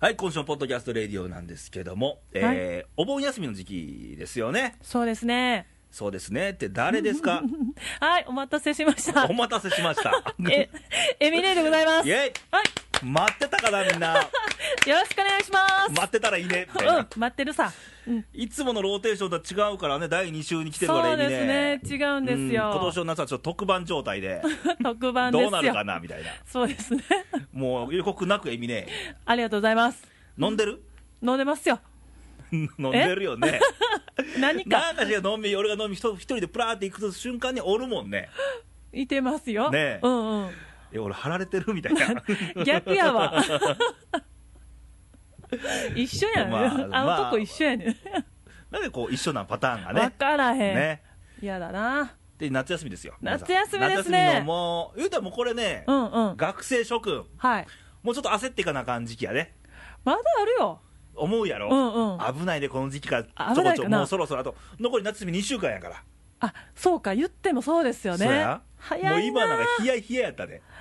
はい、今週のポッドキャストレディオなんですけども、えーお盆休みの時期ですよね。そうですね。そうですねって誰です かはい、お待たせしましたお。待たせしました。 え、エミネでございます。イはェい、イ待ってたかな、みんな。よろしくお願いします。待ってたらいいね。みたいなうん、待ってるさ。うん、いつものローテーションとは違うからね、第2週に来てるからそう意味ですね。違うんでうすんよ。今年の夏はちょっと特番状態で、特番ですどよ。うなるかなみたいな、そうですね。もう予告なく意味ね、ありがとうございます。飲んでる飲んでますよ。 飲んでるよね、何かなんかしら飲み、俺が飲み、一人でプラーって行く瞬間におるもんね、いてますよ。ねえうんうん。え俺、貼られてるみたい な。逆 やわ。一緒やね。まああ、まあのとこ一緒やね。なんでこう一緒なパターンがわ、ね。からへん。ね。やだな。で、夏休みですよ。皆さん夏休みですね夏休みのもう、言うたらもうこれね、うんうん。学生諸君、はい。もうちょっと焦っていかなあかん時期やね。まだあるよ。思うやろ。うんうん危ないで、この時期から、あちょこち危ないょかこ、なもうそろそろあと、残り夏休み2週間やから。あ、そうか、言ってもそうですよね。そうや早いな。もう今なんか、冷や冷ややったで。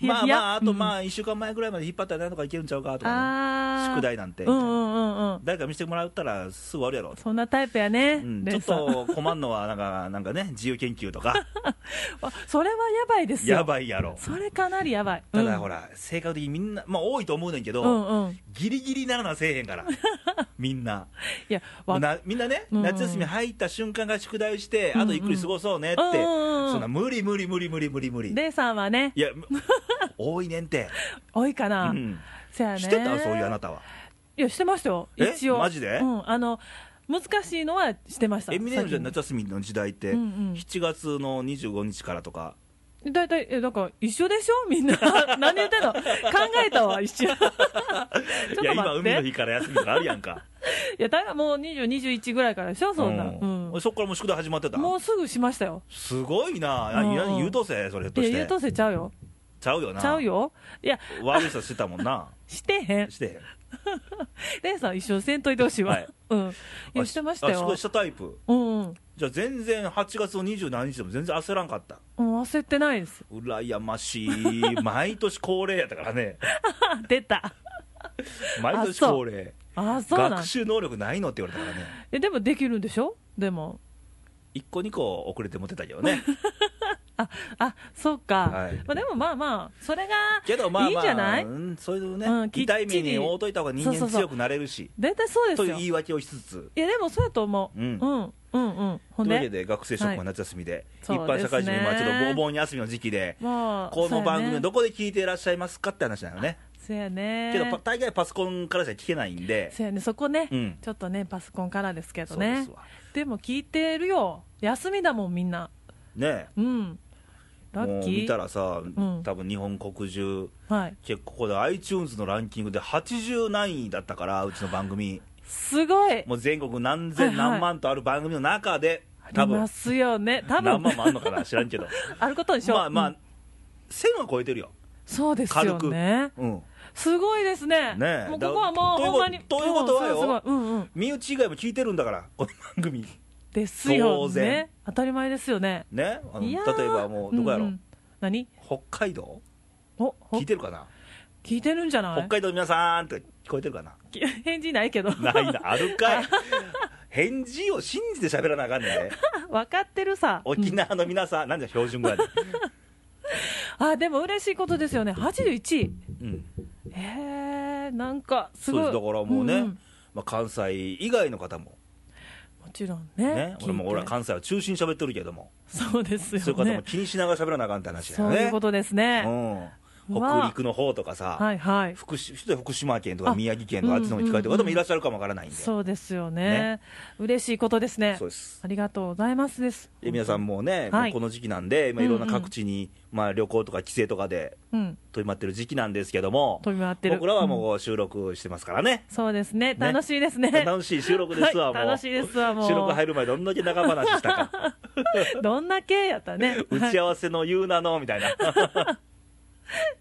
冷やまあ冷まやあ、あとまあ、1週間前ぐらいまで引っ張ったらなんとかいけるんちゃうかとかね、あー宿題なんて、みうたいんなうんうんうん。誰か見せてもらったらすぐ終わるやろ。そんなタイプやね。うん、ちレょンっさんと困んのはなんか、なんかね、自由研究と か、あそれはやばいですよ。やばいやろ。それかなりやばい。ただほら。ら、性格的にみんな、まあ多いと思うねんけど、うんうん。ギリギリならなせえへん から、みんな。いや、わなみんなね、うんうん夏休み入った瞬間が宿題して、あとゆっくり過ごそうねって、うんうんうんそんな無理無理無理無理無理無理。レイさんはねい、や、 多いねんて。多いかうな。ん。せやね。してたそういうあなたは。いや、してましたよ。え一応。マジでうん。あの、難しいのはしてました。エミネムじゃん先夏休みの時代って、うんうん7月の25日からとか、にだいたい、え、だから、一緒でしょみんな。何言ってんの考えたわ、 一緒。ちょっといや、今、待っ海のて。日から休みとかあるやんか、いや、だからもう20、21ぐらいからでしょ そんな。ううんん。そこからもう宿題始まってた、もうすぐしましたよ。すごいな、あうん優等生、それ、ひょっいとや、して優等生ちゃうよ。ちゃうよな、ちゃうよ。いや、悪い人してたもん な、してへん。して、レイさん一緒にせんといてほしいわ。はいうん。いや、してましたあすごいよし。たタイプ、うんうん。じゃあ、全然8月の27日でも全然焦らんかった、うん焦ってないです。羨ましい、 毎年恒例やったからね、あ、出た。毎年恒例、あ、そうなん学習能力ないのって言われたからね、えでもできるんでしょでも。 1個、2個遅れて持ってたけど ね、あ、あ、そうか。はいまあ、でもまあまあ、それが、けどまあまあ、いいんじゃないうんそういうね、うんきっち痛りい目に負うといた方が人そ間うそうそう強くなれるし、大体そうですというよ。言いい訳をしつつ。や、でもそうやと思う。ううんん。うん、うん、ほんというわけで、で学生諸君は夏休みで、はい一般社会人はちょそうですっとねお盆休みの時期で、もう、この番組そうやのねどこで聞いていらっしゃいますかって話なのね、そうやね。けどパ大概パソコンからじゃ聞けないんで、そうやね、そこね、うんちょっとね、パソコンからですけどそうでねす。わでも聞いてるよ。休みだもん、みんな。ねうん。えラもうッキー。見たらさ、ん多分日本国中はい。結構ここで iTunes のランキングで80何位だったからうちの番組すごい。もう全国何千はいは何い万とある番組の中であ多り分ますよね。多何万分。もあんのかな知らんけど あることでしょ。まあまうあん1000は超えてるよそうですよ軽くね。うんすごいですね。ねえもうここはもうだほんまに。ということはようんすごいすごいうんうん。身内以外も聞いてるんだからこの番組ですよ当然ね。当たり前ですよね。ねあの例いやーえばもうどこやろ、んん何？北海道おほ聞いてるかな聞いてるんじゃない？北海道の皆さんって聞こえてるかな返事ないけど。ないなあるかい返事を信じて喋らなあかんねんで 分かってるさ。沖縄の皆さん、なんじゃ標準語やで、うんあでも嬉しいことですよね。八十一。うん、へえなんかすそうごい。ですだからもうね、んんまあ、関西以外の方ももちろんね。ね俺も聞いて俺は関西を中心に喋ってるけども、そうですよね。そういう方も気にしながら喋らなあかんって話だそようねいうことですね。うん、わ北あ陸の方とかさ、はいはい。福島福島県とかあ宮城県とかあっちの方に聞かれてる方もいらっしゃるかもわからないんで、そうですよねね。嬉しいことですねそう。ですありがとうございますです。で皆さんもね、はいもうこの時期なんで、今いろんな各地に、まあ、旅行とか帰省とかでうん、飛び回ってる時期なんですけども、飛び回ってる。僕らはうんもう収録してますからね、そうですね。ね楽しいですね。楽しい収録ですわ、 はいもう楽しいですわ、もう。収録入る前、どんだけ仲間話したか。どんな系やったね。打ち合わせの 言うなのみたい な。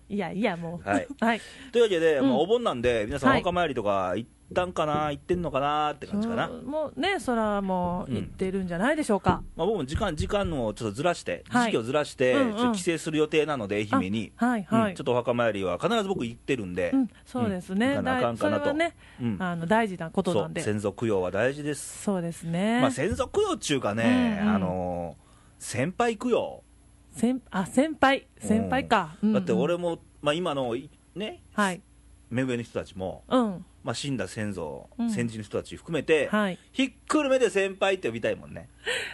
いやいや、もう。はいはい。というわけで、うんまあ、お盆なんで、皆さん、はおい墓参りとか行っったんかな、行ってんのかなって感じかな、そうもうね、そらもう行ってるんじゃないでしょうか。まあ、僕も時間時間をちょっとずらして、はい時期をずらして、うんうんちょっと帰省する予定なので、愛媛に、あはいはいうんちょっとお墓参りは必ず僕行ってるんで、うん、そうですうん行ね。かなあかんそかれなとはね、うんあの大事なことそなうんで。先祖供養は大事です。そうですね。まあ、先祖供養っちゅうかね、うんうんあのー先輩供養、先あ先輩先輩か。うんうんだって俺も、まあ、今のいね、はい。目上の人たちも、うん。まあ、死んだ先祖、うん先人の人たち含めて、はい。ひっくるめて先輩って呼びたいもんね、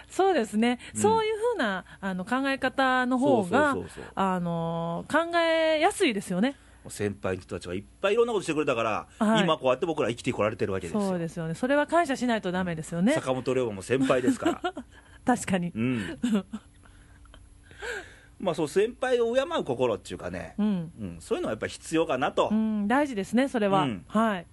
そうですね。うんそういうふうなあの考え方の方がそうそうそうそうあの考えやすいですよね。先輩の人たちがいっぱいいろんなことしてくれたから、はい今、こうやって僕ら生きてこられてるわけですそうよ。ですよね。それは感謝しないとダメですよね。坂本龍馬も先輩ですから、確かにう。 ん、まあそう先輩を敬う心っていうかね、うん。うん、そういうのはやっぱり必要かなと、うん、大事ですね。それは、うんはい。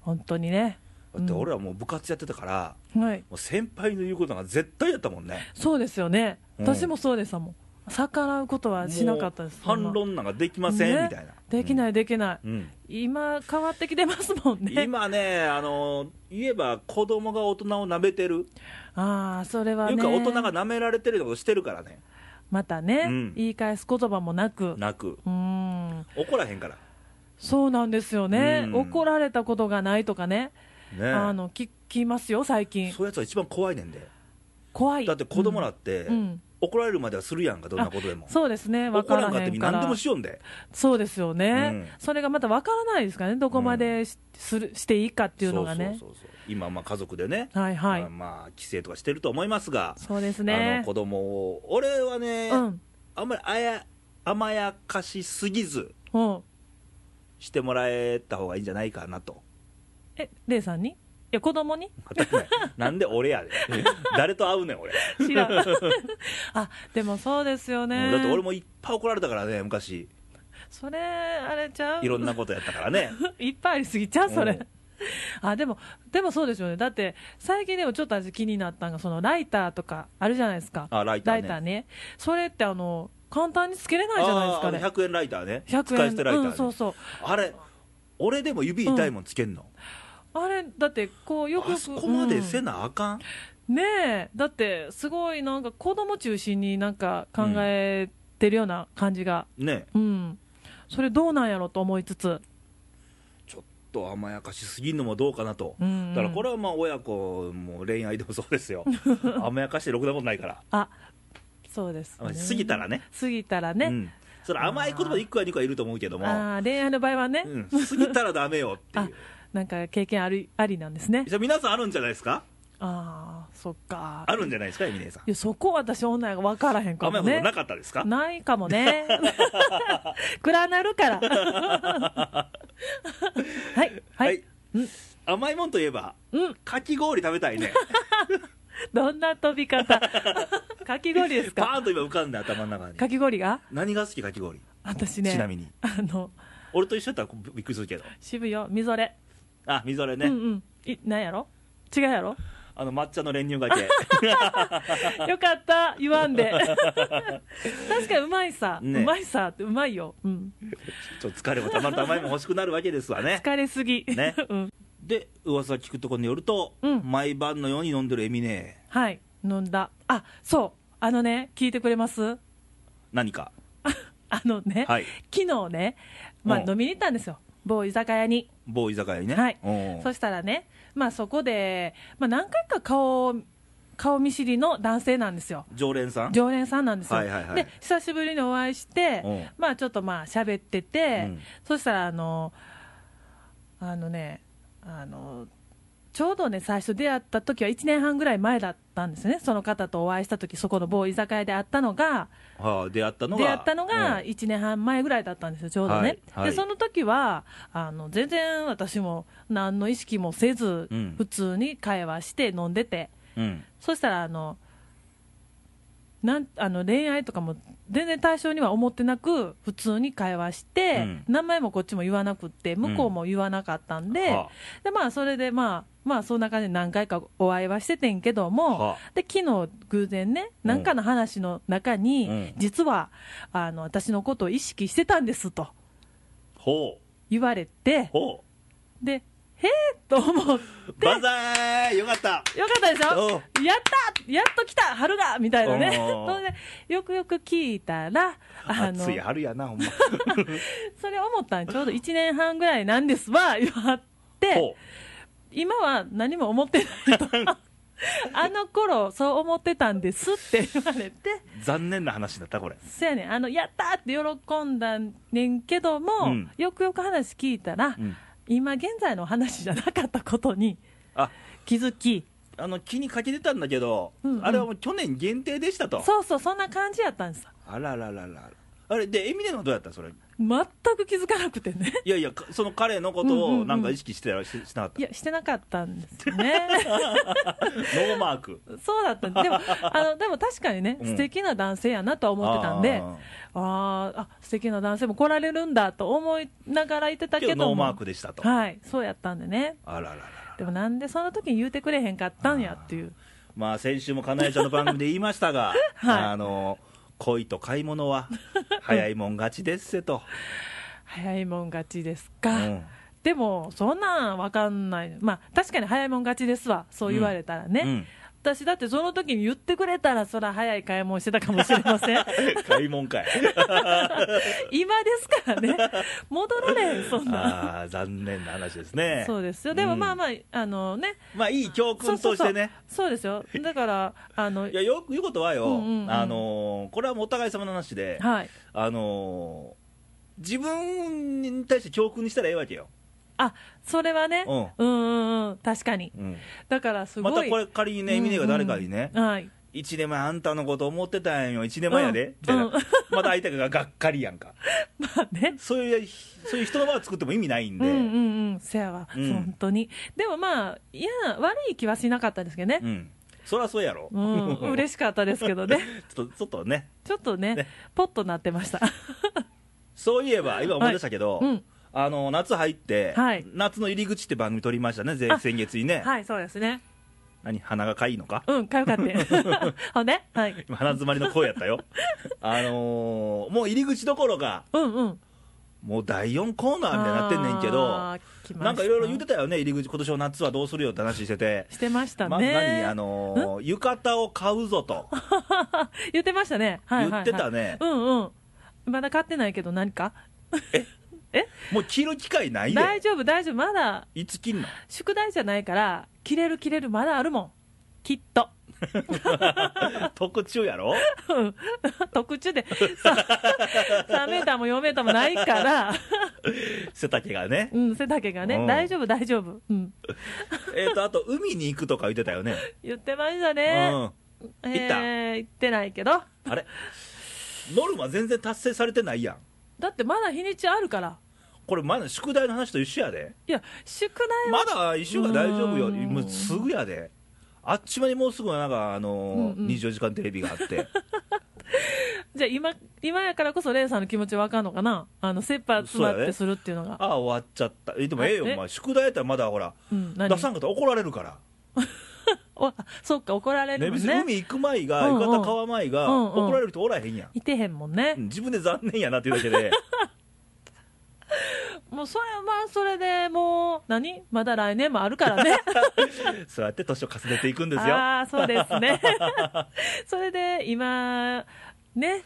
本当にね。だって俺らもう部活やってたから、はい。もう先輩の言うことが絶対だったもんねそうですよね。うん私もそうでしたもん。逆らうことはしなかったです。もう反論なんかできません、ねみたいなできい、ないできない。うん今変わってきてますもんね。今ねあの言えば子供が大人を舐めてる、ああ、それはいうね。か大人が舐められてることしてるからねまたね、うん言い返す言葉もなく。泣くうーん。怒らへんからそうなんですよねう。ん怒られたことがないとかね。ねあの、聞きますよ、最近。そういうやつは一番怖いねんで怖い。だって子供だっって、うんうん怒られるまではするやんかどんなことでもそうですね、分怒かららんへんかかってら。みんな何でもしようんでそうですよね、うんそれがまた分からないですからね、どこまでし,、するしていいかっていうのがね、そうそうそうそう今まあ家族でね、はいはいまあ、まあ帰省とかしてると思いますがそうですあのね子、供を俺はね、うん、あんまりあや甘やかしすぎずうん、してもらえた方がいいんじゃないかなと え、レイさんにいや、子供に当たり前なんで俺やで誰と会うねん俺、知らんあでもそうですよね、だって俺もいっぱい怒られたからね昔それ、あれちゃう、いろんなことやったからね いっぱいありすぎちゃう、そうれ。んあでも、でもそうですよね、だって最近でもちょっと私気になったのが、そのライターとかあるじゃないですか、あライターねそれってあの簡単につけれないじゃないですかあーあねの、100円ライターね100円使い捨てライター、ねうん、そうそう、あれ俺でも指痛いもんつけんの、あれだってこうよくよあくそこまでせうんなあかん、ねえだってすごいなんか子供中心になんか考えてるような感じがねうん、それどうなんやろと思いつつ、ちょっと甘やかしすぎるのもどうかなと、うんうんだからこれはまあ親子も恋愛でもそうです よ甘やかしてろくなことないからあそうです、ね、過ぎたらね過ぎたらね、うん、それ甘い言葉で1個や2個はいると思うけども、あー恋愛の場合はね、うん、過ぎたらダメよっていあうなんか経験ありありなんですねじゃあ皆さんあるんじゃないですかああそっかあるんじゃないですかエミネさんいやそこ私女が分からへんか甘いもことねなかったですかないか もね暗なるからはいはい、うん甘いもんといえばうん、かき氷食べたいねどんな飛び方かき氷ですパかーンと今浮かんで頭の中にかき氷が何が好きかき氷私ねちなみにあの俺と一緒だったらびびっくりするけど渋いよみぞれ、あみぞれね、うんうんいなんやろ違う やろあの抹茶の練乳 がけよかった言わ んで確かにうまいさ、ねうまいさってうまいよ、うん、ちょっと疲れもたまると甘いもん欲しくなるわけですわね疲れすぎ、ね うん、で噂聞くところによると、うん毎晩のように飲んでるエミネはい飲んだあそうあのね聞いてくれます何かあのね、はい昨日ね、まあ、うん飲みに行ったんですよ某居酒屋に某居酒屋にねはいうんそしたらね、まあ、そこで、まあ、何回か顔顔見知りの男性なんですよ、常連さん常連さんなんですよ、はいはいはいで久しぶりにお会いしてうん、まあ、ちょっとまあ喋ってて、うんそしたらあの、あのねあの、ちょうどね、最初出会った時は1年半ぐらい前だったんですね、その方とお会いした時そこの某居酒屋で会ったのが、はあ、出会ったのが出会ったのがうん1年半前ぐらいだったんですよ、ちょうどね。はいはいで、その時はあの全然私も何の意識もせず、うん普通に会話して飲んでて、うんそしたらあのなんあの恋愛とかも全然対象には思ってなく、普通に会話して、うん名前もこっちも言わなくって、向こうも言わなかったんで、はでまあ、それで、まあ、まあ、そんな感じで何回かお会いはしててんけども。はで昨日偶然ね、なんかの話の中に、うん実はあの私のことを意識してたんですとほう言われて、ほで、へえと思う。バザーイよかったよかったでしょうやったやっと来た春だみたいなね。おーそれで、よくよく聞いたら、あの、暑い春やな、ほんま。それ思ったんちょうど1年半ぐらいなんですわ、言わはってほ、今は何も思ってな いと。あの頃、そう思ってたんですって 言われて、う残念な話だった、これ。そやねん、あの、やったって喜んだねんけども、うんよくよく話聞いたら、うん今現在の話じゃなかったことにあ気づき、あの気にかけてたんだけど、うんうんあれはもう去年限定でしたと。そうそう、そんな感じやったんです。あららららら。あれでエミネムはどうやったそれい全く気づかなくてね。やいやかその彼のことうんうんうをんなんか意識してたらししなかっいた、や、してなかったんです よね。ノーマークそうだったんで、でも、あの、でも確かにね、うん素敵な男性やなとは思ってたんで、ああーあ、素敵な男性も来られるんだと思いながらいてただけけどども。ノーマークでしたと、はい、そうやったんでね。あららららでもなんでその時に言うてくれへんかったんやっていう。まあ先週もかなえちゃんの番組で言いましたが、 はいあの恋と買い物は早いもん勝ちですせ と、早いもん勝ちですうか。んでも、そんなんわかんない。まあ、確かに早いもん勝ちですわ。そう言われたらね。うん私だってその時に言ってくれたら、そら早い買い物してたかもしれま せん。買い物かい今ですからね。 戻られへん、そんなん。ああ残念な話ですねそうですよ。でもうんまあまあ、あのね。まあいい教そう訓そとうしそてうね。そうですよ。だから、あの、いやよく言うことはよ、うんうんうんあのこれはもうお互い様の話で、はい。あの自分に対して教訓にしたらええわけよ、あ、それはね。ううんうんうん。確かに。うんだから、すごまい。たこれ仮にね、エミネが誰かにね、うんうんはい。 1年前あんたのこと思ってたんよ1年前やで、うんみたいなうんまた相手ががっかりやんかまあね。そういうそういう人の場を作っても意味ないんうで、んうんうん。せやわ。うん本当に。でもまあ、いや、悪い気はしなかったですけどねう。んそりゃそうやろ、うん。 嬉しかったですけどね。ちょっとちょっとねちょっとねね、ポッとなってました。そういえば今思い出したけど、うん。あの夏入って、はい夏の入り口って番組撮りましたね前あ先月にね、はい、そうですね。何鼻がかいいのかうん、かよ かった。ほんではい。今鼻詰まりの声やった よあのーもう入り口どころかうんうん。もう第4コーナーみたいになってんねんけどあー、来ましたなんかいろいろ言ってたよね入り口今年の夏はどうするよって話しててしてましたね。まず何あのー浴衣を買うぞと 言ってましたね。はいはい、はい。言ってたねうんうん。まだ買ってないけど、何かもう着る機会ない大で丈夫、大丈夫。まだ、いつ着んの 宿題じゃないから、切れる切れる、まだあるもん。きっと。特注やろうん 特注で、 さ3メーターも4メーターもないから、 背丈がねうん、背丈がうね、ん大丈夫、大丈夫。うん。えっとあと海に行くとか言ってたよね、言ってましたね。うん行ったえー行ってないけど。うんあれノルマ全然達成されてないやんだってまだ日にちあるから。これ前の宿題の話と一緒やでいや、宿題はまだ一週間大丈夫よ、うんもうすぐやで、あっちまでもうすぐなんか、あのーうんうん24時間テレビがあ って、じゃあ今、今やからこそレイさんの気持ちわかんのかなあの、切羽詰まそうっやてねするっていうのが。ああ、終わっちゃった、えでもええよ、えお前、宿題やったらまだほら、うん、何出さんかったら怒られるから、おそっか、怒られね、るも別んにね。海行く前が、うんうん浴衣買わ前が、うんうん怒られる人おらへんやん、いてへんもんねう。ん自分で残念やなっていうだけ で、もう、それはまあ、それでもう、何まだ来年もあるからね。そうやって年を重ねていく んですよ、ああ、そうで すね。それで、今、ね。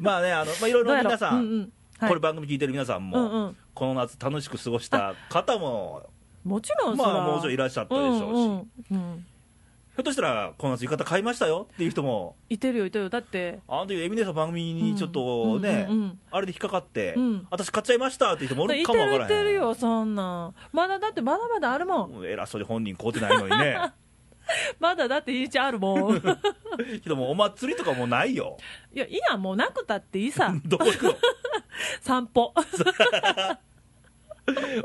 まあね、あのまあ、いろいどうろやろ皆さん、うんうんはいこれ、番組聞いてる皆さんも、うんうんこの夏、楽しく過ごした方も、もちろん、まあ、もうちろんいらっしゃったでしょうし。し。うんうんひょっとしたら、この夏浴衣買いましたよっていう人も、いてるよ、いてるよ。だって、あの時エミネさん番組にちょっとね、うんうんうんうんあれで引っかかって、うん私買っちゃいましたっていう人もおるいかてもわからるへんいてるよ、そんなん。まだだって、まだまだあるもん。もう偉そうに本人買うてないのに ねまだだって、いちあるもん。けどもうお祭りとかもうないよ。いや、いいやん、もうなくたっていいさどこ行 くの散歩。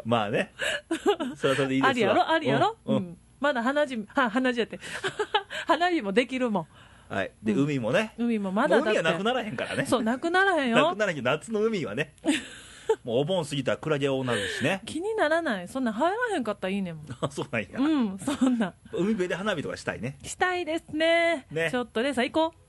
まあねそれはそれでいいですわあるやろ、あるやろ。うんううんん。まだ花火、は花火やって。 花火もできるもん。はいで、うん海もね海もまだもうだっ海て。はなくならへんからねそう、なくならへんなよく。ならへんけど夏の海は ねもうお盆過ぎたらクラゲ多なるしね 気にならない。そんな入らへんかったらいいねんもん。あそうなんや、うん、そんな。海辺で花火とかしたいねしたいですね。ね ちょっとレイさん行こう。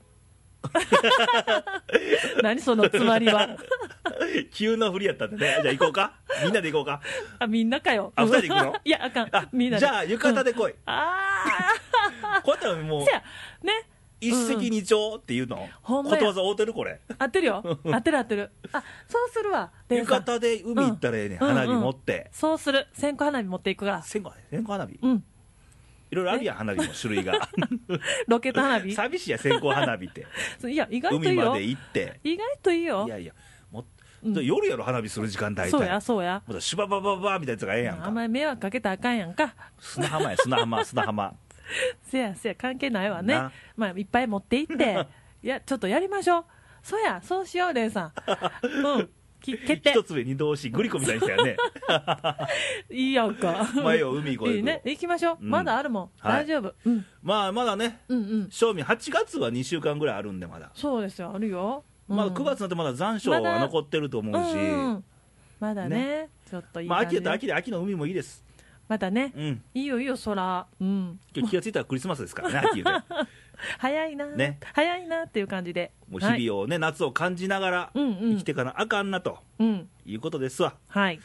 何そのつまりは。 急な振りやったんでね。じゃあ行こうか。みんなで行こうか。あみんなかよあ二人で行くの いやあかんあ、みんなでじゃあ浴衣で来い。あこうやったらもあうせ、やね一石二鳥っていうの。ほんこまやとわざ合うてるこれ。合ってるよ合ってる合ってるあそうするわレイ浴さん衣で海行ったらええねん。うん花火持っうんうんて。そうする線香花火持っていくから線香、線香花火。うんいろいろあるやん、花火の種類が。ロケット花火寂しいやん、線香花火 って。いや意外とい海いまよで行って。意外といいよいやいや、もっうん夜やろ、花火する時間大体。そうやそうやもうシュバババババみたいなやつがええやんあんか。まり迷惑かけたらあかんやんか砂浜や、砂浜、砂浜。せやせや関係ないわねなまあいっぱい持っていって いやちょっとやりましょうそうやそうしようレイ さんうんき 決定一つ目、二度押し、グリコみたいにした よね。いいやんか前を海越えるいいね行きましょううんまだあるもんはい大丈夫うんまあ、まだね、うんうん正味、8月は2週間ぐらいあるんで、まだ。そうですよあるよまだうん9月になってまだ残暑はまだ残ってると思うし、うんうんまだねちょっといいまあ、感秋じやったら秋で秋の海もいいです。まだねうん。いいよいいよ空うん今日気がついたらクリスマスですから ね、秋言うて早いな、ね早いなっていう感じでもうはい日々をね、夏を感じながら、うんうん生きてかなあかんなとうんいうことですわ。はい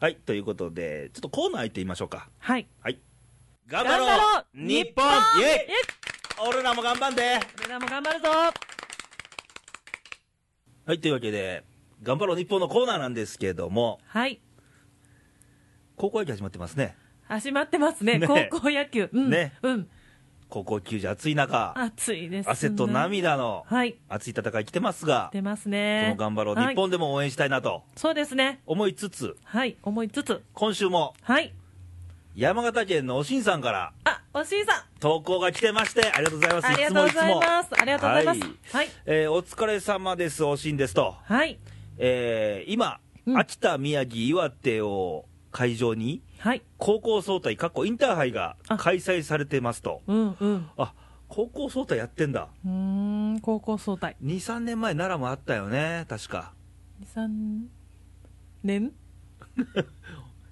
はい、ということで、ちょっとコーナー行ってみましょうか。はいはい。頑張ろう日本イェイ俺らも頑張んで俺らも頑張るぞはい、というわけで、頑張ろう日本のコーナーなんですけども、はい高校野球始まってますね。始まってますねね高校野球うん、ねうん高校球児暑い中、暑いですね汗と涙のはい熱い戦い来てますが、こ出ますねの頑張ろうは日い本でも応援したいなとそうですね思いつつ、はい思いつつ今週もはい山形県のおしんさんからあおしいさん投稿が来てまして、ありがとうございます。ありがとうございますつもつもありがとうございますははいい。えーお疲れ様です、おしんですと。はいえー今、うん秋田、宮城、岩手を会場に、はい高校総体、かっこインターハイが開催されてますと。うんうんあ高校総体やってんだ。うーん高校総体2、3年前、奈良もあったよね、確か。 23年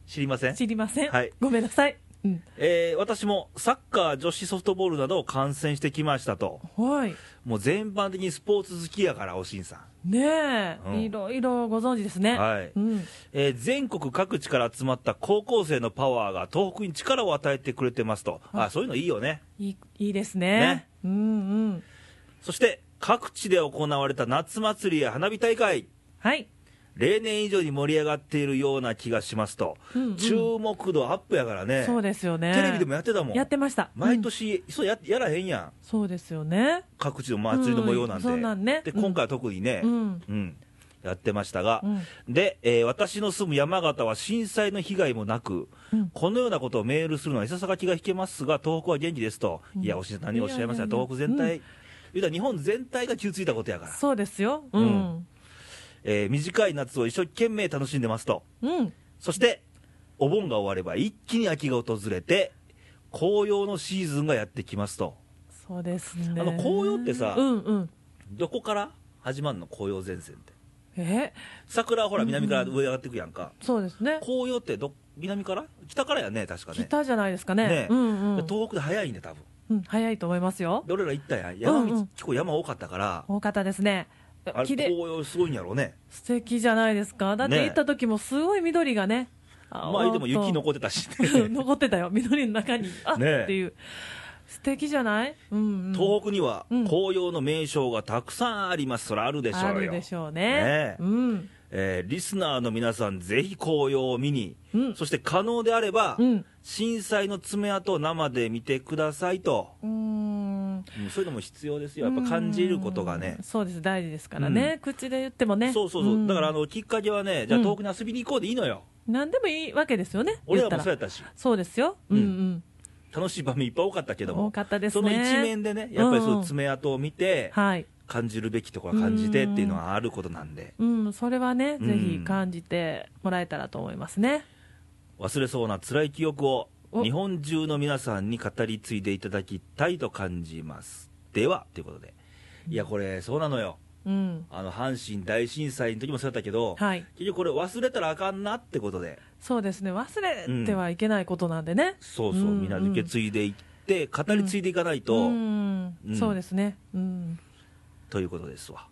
知りません知りません、はいごめんなさい、うん、えー私もサッカー、女子ソフトボールなどを観戦してきましたと。はいもう全般的にスポーツ好きやから、おしんさん。ねえ、うんいろいろご存知ですねはいうん、えー全国各地から集まった高校生のパワーが東北に力を与えてくれてますと。あ、そういうのいいよね。いいいいですねねうんうんそして、各地で行われた夏祭りや花火大会。はい例年以上に盛り上がっているような気がしますと、うんうん注目度アップやからね、そうですよねテレビでもやってたもん、やってました毎うん年、そうややらへんやん、そうですよね各地の祭りの模様なんで、うんそうなんねでうん今回は特にね、ううんんやってましたが、うんで、えー私の住む山形は震災の被害もなく、うんこのようなことをメールするのはいささか気が引けますが、東北は元気ですと、うんいや、おし何をおっしゃいますか、いやいやい東や北全体、う言うたら日本全体が傷ついたことやから、そうですようんえー短い夏を一生懸命楽しんでますと。うんそして、お盆が終われば一気に秋が訪れて、紅葉のシーズンがやってきますと。そうですねあの紅葉ってさうんうんどこから始まるの紅葉前線って。え桜はほら南から上上がっていくやんか。そうですね紅葉ってど、南から北からやね、確かね。北じゃないですかねねうんうん、東北で早いね、多分。うん、早いと思いますよで、俺ら行ったやん。山道、うんうん結構山多かったから、多かったですねあれ綺麗紅葉すごいんやろうね。素敵じゃないですかだっねて行った時もすごい緑がね。まあ、でも雪残ってたし、ね 残ってたよ緑の中にあっねえっていう素敵じゃない、うんうん、東北にはうん紅葉の名所がたくさんあります。そらあるでしょうよ。あるでしょうねねえうんえーリスナーの皆さん、ぜひ紅葉を見に、うんそして可能であれば、うん震災の爪痕を生で見てくださいと、うーんうんそういうのも必要ですよ、やっぱ感じることがねうん、そうです大事ですからね、口で言ってもねそうそうそう、んだからあのきっかけはね、じゃあ、うん遠くに遊びに行こうでいいのよ、何でもいいわけですよね俺言っらもたらそうやったし、そうですようんうん、楽しい場面いっぱい多かったけども、多かったですそねの一面でね、やっぱりその爪痕を見て、はい感じるべきところは感じてっていうのはあることなんで、うん、それはね、うんぜひ感じてもらえたらと思いますね。忘れそうな辛い記憶を、お日本中の皆さんに語り継いでいただきたいと感じます。では、ということで、いや、これ、そうなのよ、うん、あの阪神大震災の時もそうだったけど、はい結局これ、忘れたらあかんなってことで、そうですね、忘れてはいけないことなんでね。そうそう、うんみんなで受け継いでいって、語り継いでいかないと、うん、うんそうですね。うん、ということですわ。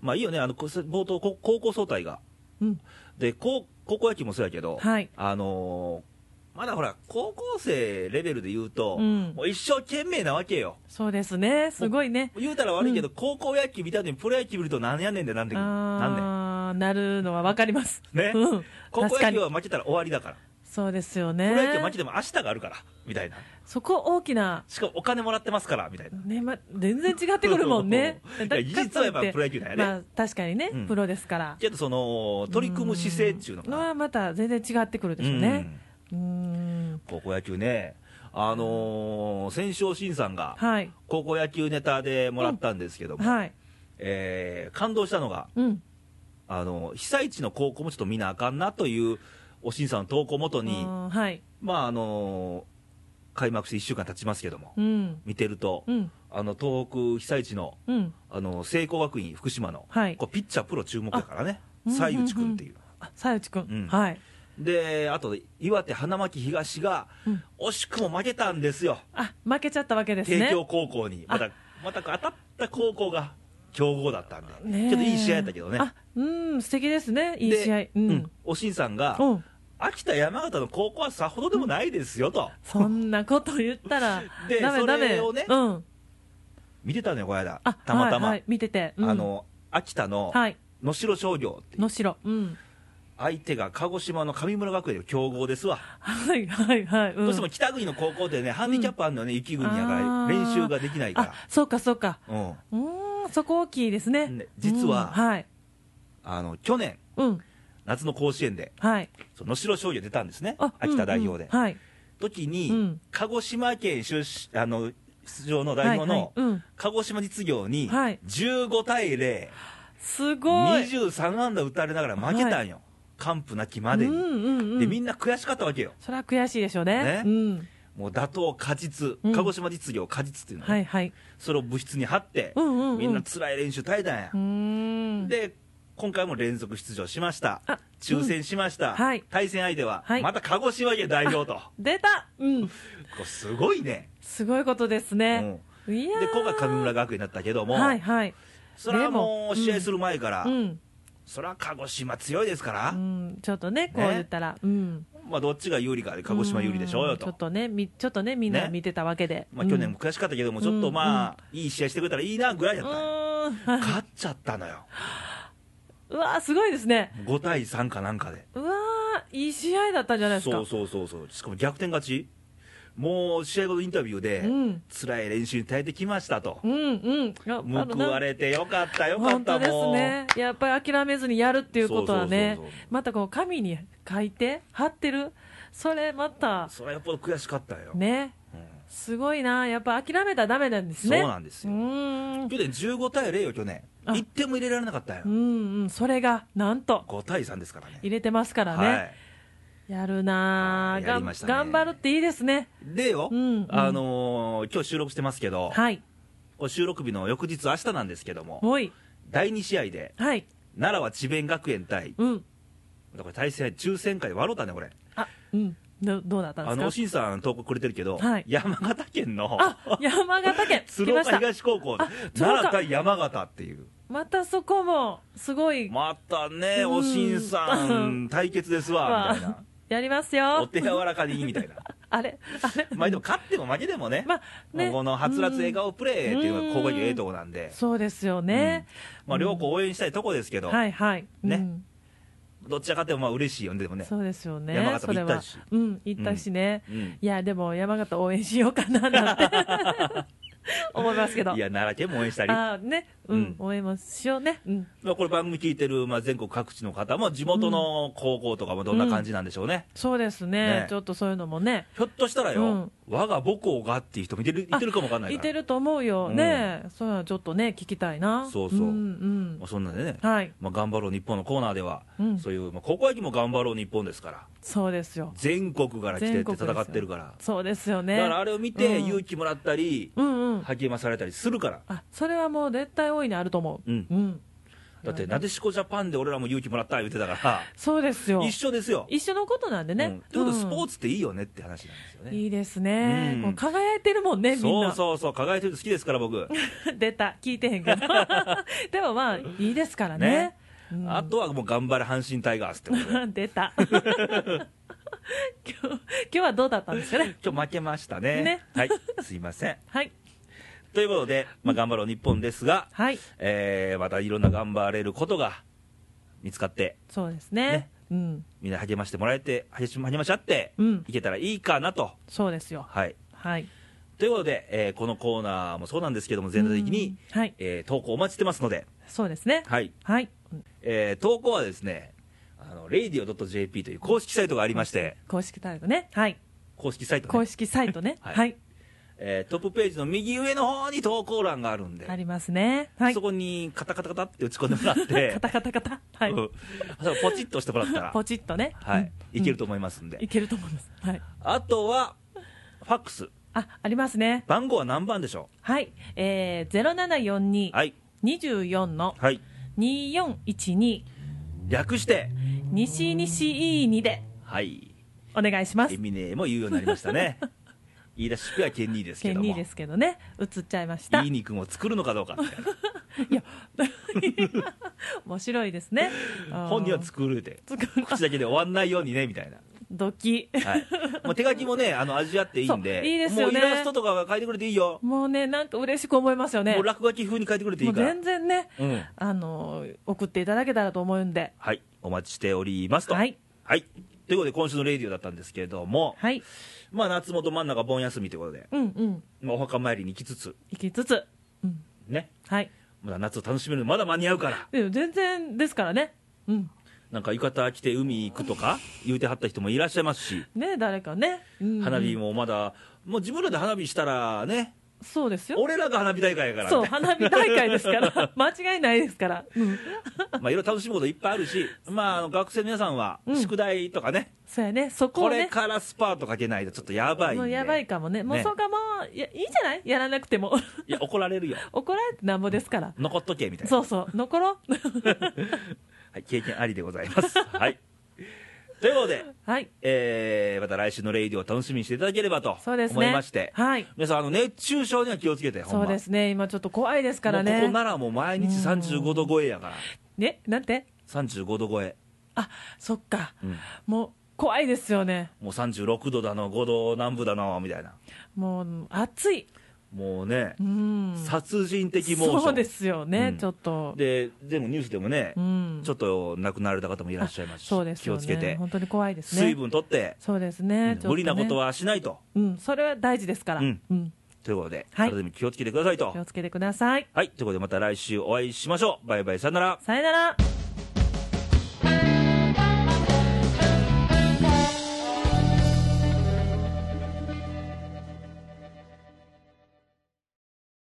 まあいいよね、あのこ冒頭、こ高校総体がうん、で高高校野球もそうやけど、はいあのーまだほら高校生レベルで言うと、うんもう一生懸命なわけよそうですね、すごいね。言うたら悪いけど、高校野球見た後にプロ野球見るとなんやねんでなんでなんあーなるのは分かります。ねうん、高確校か野に球。は負けたら終わりだから、そうですよプロ野球はね負け。ても明日があるからみたいなそこ大きな、しかもお金もらってますからみたいな。ね、ま、全然違ってくるもんねいやだ実はやっぱプロ野球だよねまあ、確かにね、うんプロですから。けどその取り組む姿勢っていうのかなはまた全然違ってくるでしょうね。うん。高校野球ねあのー、戦勝新さんがはい。高校野球ネタでもらったんですけども、はい。えー感動したのがうん。あの被災地の高校もちょっと見なあかんなというおしんさんの投稿をもとに、うんはい。まああの開幕して1週間経ちますけども、うん。見てると、うん。あの東北被災地のうん。あの聖光学院福島の、はいこうピッチャープロ注目だからねあ西内君っていう、あ、さゆちくん。うんはい。であと岩手花巻東がうん惜しくも負けたんですよあ、負けちゃったわけです帝ね。京高校にまたまた当たった高校が強豪だったんで、ねえちょっといい試合やったけどねあ、うん、素敵ですね。いいで試合。うん。うんおしんさんが、うん秋田山形の高校はさほどでもないですよと、そんなこと言ったら で、ダメダそメ。れをねうん。見てたのよこの間あ、たまたま、はいはい見てて。うんあ、の秋田のはい。能代商業っていう能代。うん。相手が鹿児島の神村学園の強豪ですわ、はい、はい、はい。どどうしても北国の高校ってねハンディキャップあるのよね雪国やかあらー練習ができないかあ、そうか、そうか。ら、うん、うーん、そこ大きいですね。ね実はうんはい。あの去年うん。夏の甲子園ではい。その能代商業出たんですねあ秋田代表で、うんうんはい。時に、うん鹿児島県出身あの出場の代表のはいはいうん鹿児島実業にはい15対0、すごい。 23安打打たれながら負けたんよ、完膚なきまでに、うんうんうん。でみんな悔しかったわけよ、それは悔しいでしょうねね。うん。もう打倒果実、うん鹿児島実業果実っていうのね、はい、はい。それを部室に貼って、うんうんうんみんな辛い練習耐えたんやう、ーん。で今回も連続出場しましたあ、抽選しました、うんはい対戦相手は、はいまた鹿児島県代表と、 こ出たうん。れすごいね。すごいことですうんね。いやーで今回、神村学園だったけども、はい、はい。それはもうでも試合する前から、うん。それは鹿児島強いですから、うん、ちょっとね、こう言ったら、うん、まあ、どっちが有利かで鹿児島有利でしょうよんちょとっ、とね、みちょっとね、みんなね見てたわけで、まあ、去年も悔しかったけども、ちょっとまあ、いい試合してくれたらいいなぐらいだうったん、うのよ、ーん はい勝っちゃったのよ、うわー、すごいですね、 5対3かなんかで、うわー、いい試合だったんじゃないですか、そうそうそうそう、しかも逆転勝ち、もう試合後のインタビューで、うん辛い練習に耐えてきましたと、うんうん、あ報われてよかった、よかっ本た、当ですもう。ね、やっぱり諦めずにやるっていうことはねそうそうそうそ、またこう紙に書いて、貼ってる、それまたそれはやっぱり悔しかったよ、ね、うんすごいな、やっぱ諦めたらだめなんですね、そうなんですようーん去年15対0よ、去年、あ1点も入れられなかったよう、んうん、それがなんと5対3ですからね。入れてますからね。はいやるなはぁ、いがやんりましたね頑張るっていいですね。でよ、うんうんあのー今日収録してますけど、はい。こう収録日の翌日、明日なんですけども、おい。第2試合で、はい。奈良は智弁学園対、うん。これ対戦、抽選会、笑うたね、これ、あ、うん。どどうだったあんのおですかしんさん、投稿くれてるけど、はい山形県のあ、山形県。来 鶴まし岡た。東高校あ、鶴奈良岡対山形っていう、またそこも、すごい、またね、うんおしんさん、対決ですわ、みたいわな、やりますおよ。手柔らかでいいみたいな、 あれあれまあでも勝っても負けでもね、 まあねこのはつらつ笑顔プレーっていうのが、高校野球、ええとこなんで。そうですよね。まあ、両校応援したいとこですけど、はいはい。ねうんどっちらかってもまあ嬉しいよね、でもね、そうですよね。山形も行ったしそれはうん、行ったしね。うんいや、でも山形応援しようかな、なんて 思いますけど。いや、奈良県も応援したり、まあーね、ううんん、応援もしようね。うん。あ、これ、番組聞いてる、まあ、全国各地の方も、地元の高校とかもどんな感じなんでしょうね、そうですねねちょっとそういうのもね、ひょっとしたらよ、うん我が母校がっていう人もいてるいてるかもわかんないいから、てると思うよね、そういうのはちょっとね、聞きたいな、そうそうんうんまあ、そんなんでね、はい、まあ、頑張ろう日本のコーナーでは、うんそういう、まあ、高校野球も頑張ろう日本ですから、そうですよ、全国から来て全て国です戦よってるから、そうですよね、だからあれを見て、うん勇気もらったり、うんうん、励まされたりするから。あそれはもう絶対大いにあると思う、うんだって、なでしこジャパンで俺らも勇気もらった言ってたかそうですら、よ一、緒ですよ。一緒のことなんでうんね、ということでスポーツ、ツっていいよねって話なんですよね。いいですね、うんこう輝いてるもんね、みんそうな、そうそう、輝い てる人好きですから、僕。出た、聞いてへんけど、でもまあ、いいですからね。ねうんあとはもう頑張れ阪神タイガースってことで今 出た 今日今日はどうだったんですか ね日負けましたねねはいすいませんはいということで、まあ、頑張ろう日本ですが、はいえーまたいろんな頑張れることが見つかってそうですねねうんみんな励ましてもらえて励ま励まし合って、うんいけたらいいかなとそうですよはいはいということで、えーこのコーナーもそうなんですけども全体的に、うんはいえー投稿お待ちしてますので、そうですねはいはいえー投稿はですねあの radio.jp という公式サイトがありまして公式タイトルねはい公式サイト、ね、公式サイトねははいい、えートップページの右上の方に投稿欄があるんで、ありますねはいそこにカタカタカタって打ち込んでもらっ カて、タカタカタはい、うんあとはポチッと押してもらったら、 ポチッとねはい、うんいけると思いますんで、うんいけると思いますはいあとはファックス、あありますね番号は何番でしょはいえー、う、はい、 074224のはい、 2412略して、西西いいにではい、お願いしますエミネも言うようになりました ね、言い出しっぺはケンニーですけ県ども、 2ですけどね映っちゃいましたいい肉を作るのかどうか みたいな、いや面白いですね本人は作るで、作る口だけで終わんないようにねみたいな。ドキはい、もう手書きもね、あの味わっていいんそで、ういいですよねもうイラストとかが書いてくれていいよ、もうねなんか嬉しく思いますよねもう落書き風に書いてくれていいもうから全、然ね、うんあの送っていただけたらと思うんではい、お待ちしておりますと。はい、はいということで、今週のレディオだったんですけれども、はいまあ、夏元真ん中盆休みということで、うんうんまあ、お墓参りに行きつつ、行きつつ、うん、ね、はいまだ夏を楽しめるのまだ間に合うから、でも全然ですからねうんなんか浴衣着て海行くとか言うてはった人もいらっしゃいますし、ね誰かね、うん花火もまだ、もう自分らで花火したらね、そうですよ俺らが花火大会やから、そうみたいな花火大会ですから 間違いないですから、うん、まあ、いろいろ楽しむこといっぱいあるし、まあ、あの学生の皆さんは、うん宿題とかね、そうやねそここをれねからスパートかけないとちょっとやばいんでもうやばいかもねもうねそうかもういやいいんじゃないやらなくても いや怒られるよ怒られてなんぼですから残っとけみたいな、そうそう残ろう はい、経験ありでございますはいということで、はいえー、また来週のレイディを楽しみにしていただければとそう思ですねいまして、はい皆さんあの熱中症には気をつけてほんそまうですね今ちょっと怖いですかもらうこねこならもう毎日35度超えやからねなんて35度超え、あそっか、うんもう怖いですよねもう36度だの5度南部だのみたいなもう暑いもうねう、ん殺人的猛暑そうですよね、うんちょっとででもニュースでもね、うんちょっと亡くなられた方もいらっしゃいますしそうです気よをねつけて本当に怖いですね水分取って、そうですね,、ちょっとね無理なことはしないとうんそれは大事ですからうんうん、ということで、はい体にも気をつけてくださいと気をつけてくださいはいということでまた来週お会いしましょうバイバイさよならさよなら